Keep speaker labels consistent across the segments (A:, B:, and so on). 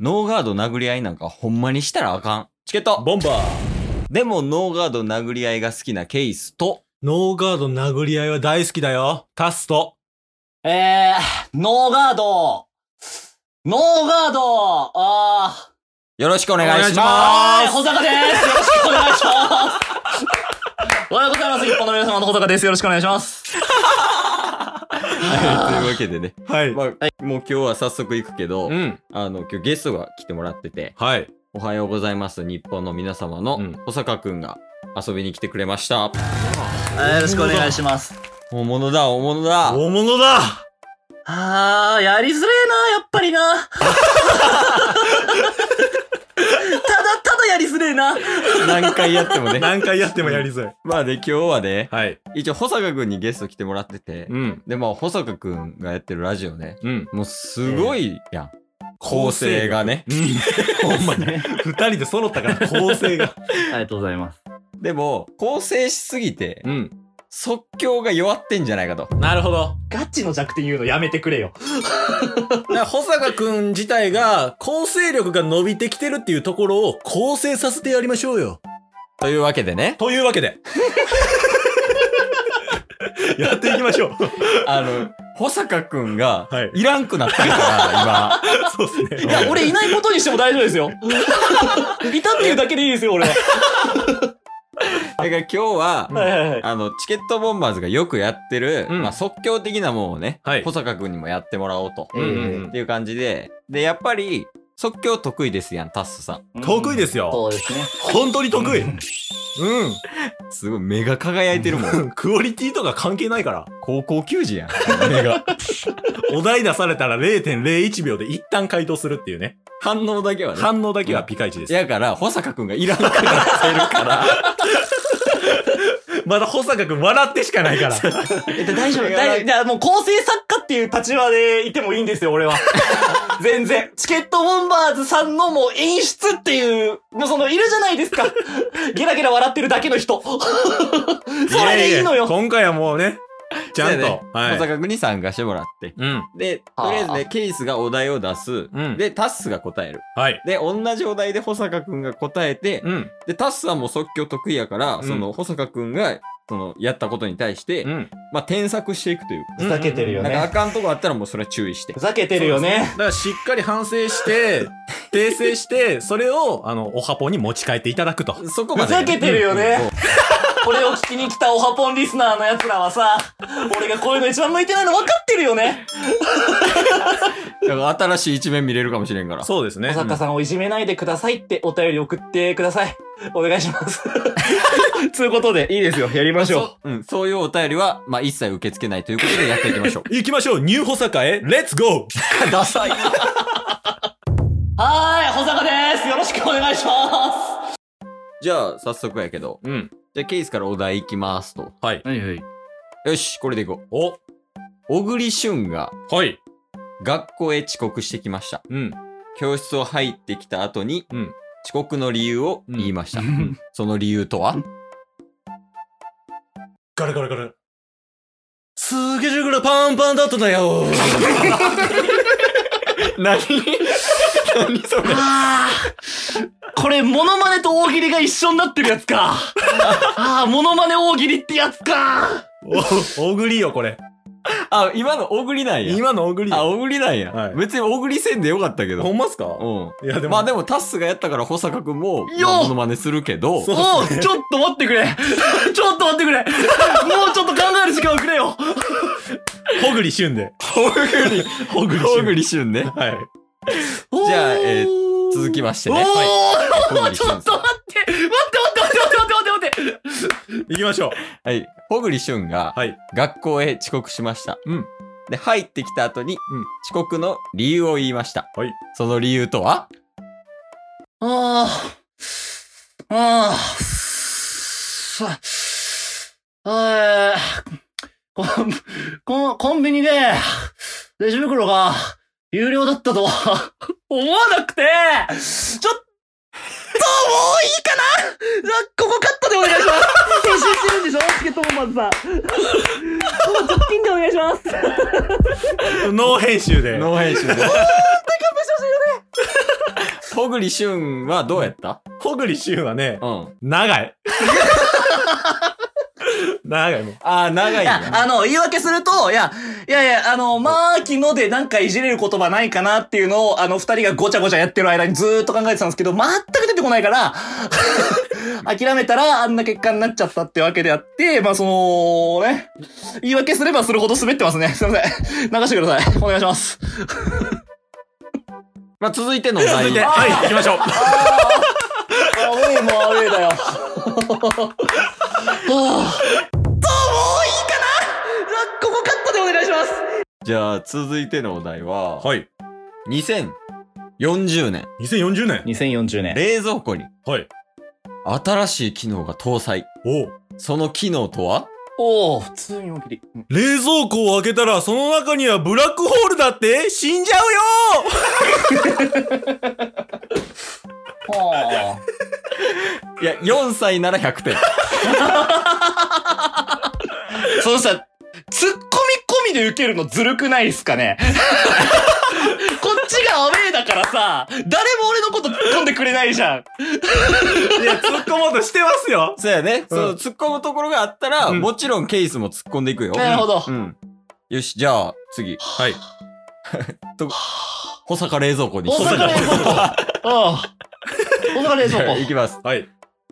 A: ノーガード殴り合いなんかほんまにしたらあかん。チケット
B: ボンバー
A: でもノーガード殴り合いが好きなケイスと、
B: ノーガード殴り合いは大好きだよ。タスト。
C: えー、ノーガードノーガードあー。
A: よろしくお願いし
B: あ
C: は
A: ま
C: い、
A: す
C: 保坂ですよろしくお願いしますおはようございます。日本の皆様の保坂です。よろしくお願いします。
A: はい というわけでね。
B: はい。
A: まあ、もう今日は早速行くけど、
B: うん。
A: あの、今日ゲストが来てもらってて、
B: はい。
A: おはようございます日本の皆様
B: うん
A: の保坂くんが遊びに来てくれました。
C: よろしくお願いします。
A: 大物だ、大物だ。
B: 大物だ
C: あー、やりづれえな、やっぱりな。ただただやりづれえな。
A: 何回やってもね。
B: 何回やってもやりづらい。
A: まあで、今日はね、
B: はい。
A: 一応保坂くんにゲスト来てもらってて、
B: うん。
A: で、まあ保坂くんがやってるラジオね、
B: うん。
A: もうすごいやん。構成がね。
B: ほんまね。二人で揃ったから構成が。
C: ありがとうございます。
A: でも、構成しすぎて、
B: ん。
A: 即興が弱ってんじゃないかと。
B: なるほど。
C: ガチの弱点言うのやめてくれ よ。
B: だから保坂くん自体が構成力が伸びてきてるっていうところを構成させてやりましょうよ。
A: というわけでね、
B: というわけで。 やっていきましょう。
A: あの、保坂くんが
B: はい、
A: いらんくなってるから、
B: そうです
C: い
B: ね。
C: や、俺いないことにしても大丈夫ですよ。いたっていうだけでいいですよ、俺は。
A: 今。だから今日は、
B: はい
C: はいは。
A: あの、チケットボンバーズがよくやってる、
B: うん
A: まあ、即興的なもんをね、
B: はい
A: 保坂くんにもやってもらおうと。
C: うんうん
A: っていう感じで、で、やっぱり、即興得意ですやん、タッスさん。
B: 得意ですよ。
C: そうですね。
B: 本当に得意。う
C: うん
A: すごい、目が輝いてるもん。
B: ん。クオリティとか関係ないから。
A: 高校球児やん、目が。
B: お題出されたら0.01秒で一旦回答するっていうね。
A: 反応だけはね。
B: 反応だけはピカイチです。
A: やから、保坂くんがいらんくなってるから。
B: まだ保坂くん笑ってしかないから。
C: え大丈夫。
A: いや
C: 大丈夫。じゃあもう構成作家っていう立場でいてもいいんですよ、俺は。全然。チケットボンバーズさんのもう演出っていう、もうその、いるじゃないですか。ゲラゲラ笑ってるだけの人。それでいいの
B: やや
C: よ。
B: 今回はもうね、ちゃん
A: そうやね
B: と。は
A: 保
B: い。
A: 坂くんに参加してもらって。
B: うん。
A: で、とりあえず
C: は
A: ね、ケイスがお題を出す。
B: うん
A: で、タッスが答える。
B: はい。
A: で、同じお題で保坂くんが答えて、
B: うん。
A: で、タッスさんも即興得意やから、
B: うん
A: その、保坂くんが、その、やったことに対して、
B: ん。
A: まあ、添削していくという。
C: ふざけてるよ
A: なん
C: ね
A: か、あかんとこあったらもうそれは注意して
C: ふ。ざけてるよね。
B: だからしっかり反省して、訂正して、それを、あの、おはぽに持ち帰っていただくと。
A: そこまでね。
C: ふざけてるよねこれを聞きに来たオハポンリスナーの奴らは さ、俺がこういうの一番向いてないの分かってるよね。
A: うんだから新しい一面見れるかもしれんから。
B: そうですね。。
C: 小坂さんをいじめないでくださいってお便り送ってください。お願いします。 つうことで、いいですよ。やりましょう。
A: そう。うん。そういうお便りは、まあ、一切受け付けないということでやっていきましょう
B: 行きましょう。ニュー保坂へ、レッツゴー
A: ダサい。
C: はーい、保坂です。よろしくお願いしま
A: じゃあ、早速やけど。
B: うん。
A: じゃあ、ケイスからお題いきますと。
B: はい。
C: す。はいはい。
A: よし、これでいこう。
B: お、
A: 小栗旬が
B: はい。
A: 学校へ遅刻してきました。
B: うん。
A: 教室を入ってきた後に、
B: うん
A: 遅刻の理由を言いま した。
C: うん
A: その理由とは
B: ガラガラガラ。すげえぐらパンパンだったんだよ。
A: 何何そ れ
C: あー、これ、モノマネと大喜利が一緒になってるや つか。あー、モノマネ大喜利ってやつか。
B: お、おぐりよ、これ。
A: あ、今の小栗なんや。
B: 今のおぐり
A: あ、
B: よ。
A: 小栗なんや。
B: はい
A: 別に小栗せんでよかったけど。
B: ほんますか
A: う
B: いや、で
A: ん。ま
B: も、
A: あでもタッスがやったから保坂くんも、
C: よ
A: まあモノマネするけど、
B: そう
C: おう、ちょっと待ってくれ。 ちょっと待ってくれ。もうちょっと考える時間をくれよ。
B: ほぐりしゅんで。
A: 小栗、
B: ほぐりしゅ
A: 小
B: ん。
A: 栗旬ね。
B: はい。
A: じゃあえー続きましてね
C: おー、
A: はい小栗
C: ちょっと
A: 旬
C: 待って。待って待って待って待って待って待って。
B: 行きましょう。
A: はい。小栗旬が
B: はい。
A: 学校へ遅刻しました。
B: うん
A: で、入ってきた後に、
B: ん
A: 遅刻の理由を言いました。
B: はい
A: その理由とは
C: ああ。ああ。ああ。こ、こ、コンビニで、レジ袋が、有料だったとは、思わなくて、ちょっと、もういいかなじゃあここカットでお願いします 編集してるんでしょチケットボン バーズさん。もう直近でお願いします
B: ノー編集 で。
A: ノー編集で。ほぐりしゅんはどうやった
B: ほぐりしゅんはね、
A: うん。
B: 長い。長いもん。
A: あー、長いん
C: いや、あ
A: だ。
C: の、言い訳すると、いや、いやいや、あの、まあ、昨日でなんかいじれる言葉ないかなっていうのを、あの、二人がごちゃごちゃやってる間にずーっと考えてたんですけど、全く出てこないから、 諦めたらあんな結果になっちゃったってわけであって、まあ、その、ね、言い訳すればするほど滑ってますね。すいません。流してください。お願いします。
A: まあ、続いてのお題。
B: 続いて、はい、行きましょう。
C: あ、おい、もう あれだよ。はぁ。と、もういいかなここカットでお願いします。
A: じゃあ、続いてのお題は、
B: はい。
A: 2040年、
B: 2040年。
C: 2040年。
A: 冷蔵庫に
B: はい。
A: 新しい機能が搭載。
B: お
A: その機能とは
C: おお普通に大喜利。
B: 冷蔵庫を開けたら、その中にはブラックホールだって死んじゃうよ
C: はあ。
A: いや、4歳なら100点。
C: そのさ、ツッコミ込みで受けるのずるくないっすかね こっちがアウェーだからさ、誰も俺のこと突っ込んでくれないじゃん。
B: いや、突っ込もうとしてますよ。
A: そうやね。その
B: うん
A: 突っ込むところがあったら、
B: うん
A: もちろんケースも突っ込んでいくよ。
C: なるほど
A: うん。よし、じゃあ、次。
B: はい。
A: 保坂冷蔵庫に
C: 大
A: し
C: 阪冷蔵庫。ああ。大阪冷
A: じ
C: 蔵
A: ゃあ、
C: 庫
A: い。きます。
B: はい。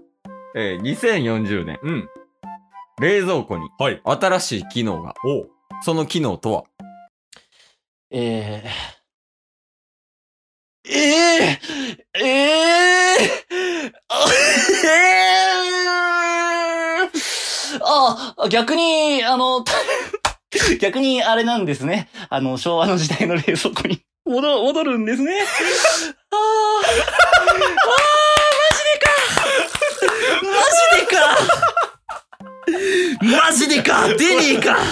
A: えー、2040年、
B: うん。
A: 冷蔵庫に
B: はい。
A: 新しい機能が。
B: お
A: その機能とは
C: えー、えー、え ー、えー、あえー、あ、逆に、あの、 た逆にあれなんですね。あの、昭和の時代の冷蔵庫に戻戻るんですね。 ああ、ああ、マジでかマジでかマジでか出ねえか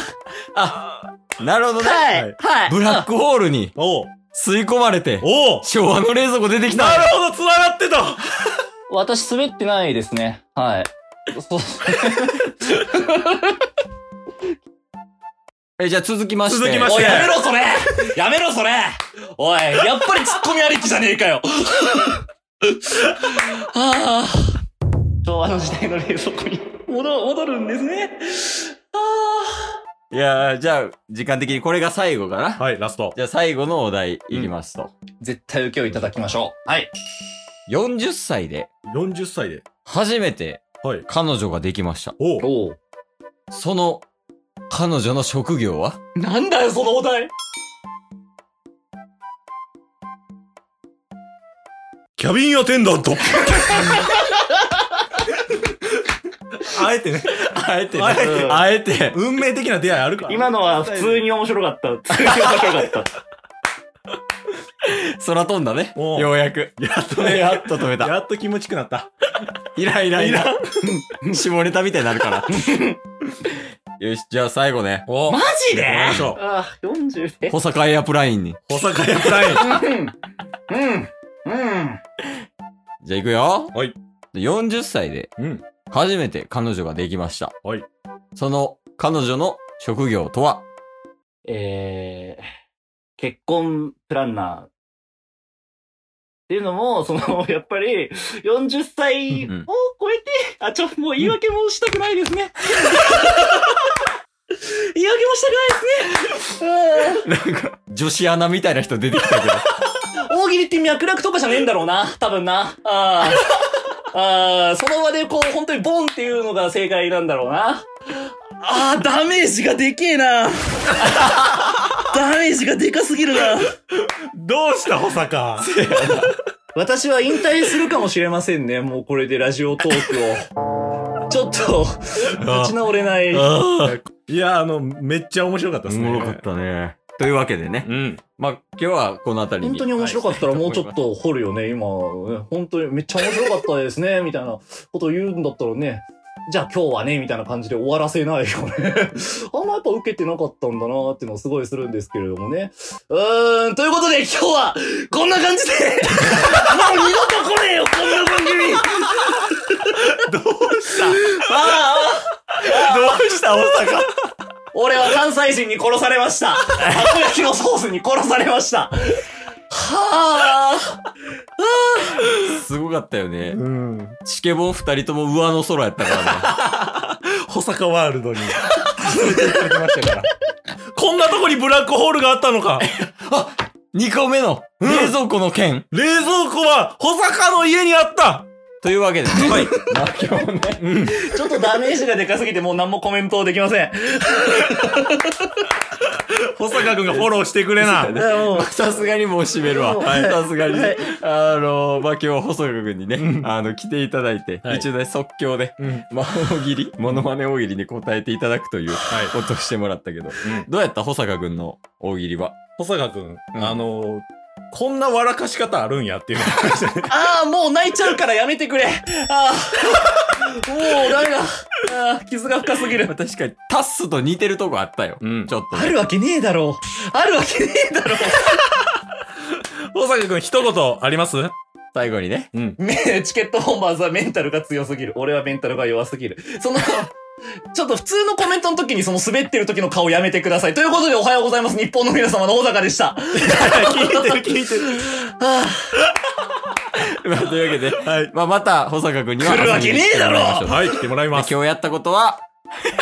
A: あ、なるほどね。
C: はい、はい。
A: ブラックホールに
B: お
A: 吸い込まれて、
B: おお
A: 昭和の冷蔵庫出てき
B: なる
A: た。
B: ほど、繋がってた
C: 私滑ってないですね。はい。そう
A: え、じゃあ続きまして。
B: 続きまし
C: お
B: て
C: い、やめろ、それやめろ、それおい、やっぱりツッコミありきじゃねえかよ はぁ昭和の時代の冷蔵庫に戻戻るんですね。はい
A: やー、じゃあ、時間的にこれが最後かな。
B: はい、ラスト。
A: じゃあ最後のお題いきますと。
C: ぁ絶対受けをいただきましょう。はい。
A: 40歳で
B: 40歳で。
A: 初めて
B: はい。
A: 彼女ができました。
B: おう
C: お
A: その彼女の職業は
C: なんだよ、そのお題
B: キャビンアテンダントあえてね。
A: あえてね
B: あえて
A: あえて。
B: 運命的な出会いあるから。
C: 今のは普通に面白かった。普通に面白かった。
A: 空飛んだね。
B: おう
A: ようやく。
B: やっとね、
A: やっと止めた。
B: やっと気持ちくなった。
A: イライライ
B: イラ
A: ラ。下ネタみたいになる から。よし、じゃあ最後ね。
B: お
C: マジで
B: 行きましょう
C: ああ、40で。
A: 保坂エアプラインに。
B: 小坂屋プラ イン。
C: うん。うん。うん。
A: じゃあ行くよ。
B: はい。
A: 40歳で
B: うん。
A: 初めて彼女ができました。
B: はい。
A: その彼女の職業とは
C: えー、結婚プランナー。っていうのも、その、 やっぱり、40歳を
A: うんうん
C: 超えて、あ、ちょ、もう言い訳もしたくないです ね。言い訳もしたくないですね。うん
A: 女子アナみたいな人出てきたけど。
C: 大喜利って脈絡とかじゃねえんだろうな、多分な。あ ーあー、その場でこう、本当にボンっていうのが正解なんだろうな。あー、ダメージがでけえ な。ダメージがでかすぎるな。
B: どうした、小坂
C: 私は引退するかもしれませんね。もうこれでラジオトークを。 ちょっと、立ち直れない。
B: いや、あの、めっちゃ面白かったですね。
A: たね。というわけでね。
B: うん。
A: まあ、今日はこの辺り
C: 本
A: に。
C: 当に面白かったらもうちょっと掘るよね、今。ね本当にめっちゃ面白かったですね、みたいなこと言うんだったらね。じゃあ今日はね、みたいな感じで終わらせないよね。 あんまやっぱ受けてなかったんだなーっていうのはすごいするんですけれどもね。うーん、ということで今日はこんな感じ でもう二度と来ねえよ、こんな番組ああ
A: どうした、大阪
C: 俺は関西人に殺されました。たこ焼きのソースに殺されました。はあ。はあ。
A: すごかったよね。
B: うん。
A: チケボン二人とも上の空やった からね。
B: 保坂ワールドに連れて行かれてましたから。こんなとこにブラックホールがあったのか。
A: 二個目の
B: うん
A: 冷蔵庫の件、
B: 冷蔵庫は保坂の家にあった。
A: というわけでね。はい。まあ今日もね、
C: ちょっとダメージがでかすぎてもう何もコメントできません。
B: 保坂君がフォローしてくれな。
C: だからもう
A: さすがにもう閉めるわ。
C: はい
A: さすがにね。
C: は
A: あ
C: い
A: の、まあ、今日、細川くんにね、
B: うん
A: あの、来ていただいて、
B: はい
A: 一応ね、即興で、
B: うん。
A: まあ、大喜利、モノマネ大喜利に答えていただくという、ことをしてもらったけど、どうやった保坂くんの大喜利は。
B: 保坂君、
A: うん
B: あの、こんな笑かし方あるんやっていうのがありましたね
C: ああ、もう泣いちゃうからやめてくれ。ああ、もうダメだ。ああ、傷が深すぎ
A: まあ
C: る。
A: 確かに、タッスと似てるとこあったよ。
B: うん
A: ちょっと
C: あ
A: ね。
C: るわけねえだろう。あるわけねえだろ
B: 保坂君、一言あります
A: 最後にね。
B: うん。
C: う。ねチケットボンバーズはメンタルが強すぎる。俺はメンタルが弱すぎる。その、ちょっと普通のコメントの時にその滑ってる時の顔やめてください。ということでおはようございます。日本の皆様の小坂で した。
B: 聞いてる聞いてる。
A: まあ、というわけで、
B: はい。
A: まあ、また、保坂くんには。
C: 来るわけねえだろ
B: はい、来てもらい
A: ま
B: ま
A: あ、
B: す。
A: 今日やったことは、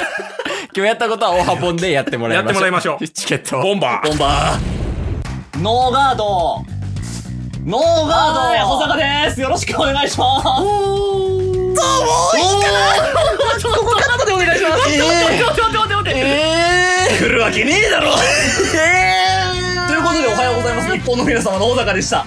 A: 今日やったことは、オハポンでやってもらいましょう。
B: やってもらいましょう
A: チケットを
B: ボンバ
C: ボンバー。
D: ノーガードノーガ
C: はー
D: ー
C: い、
D: ド
C: 小坂です。よろしくお願いします。どうもいいかなちょっとカットでお願いします。来るわけねえだろということでおはようございます日本の皆様の小坂でした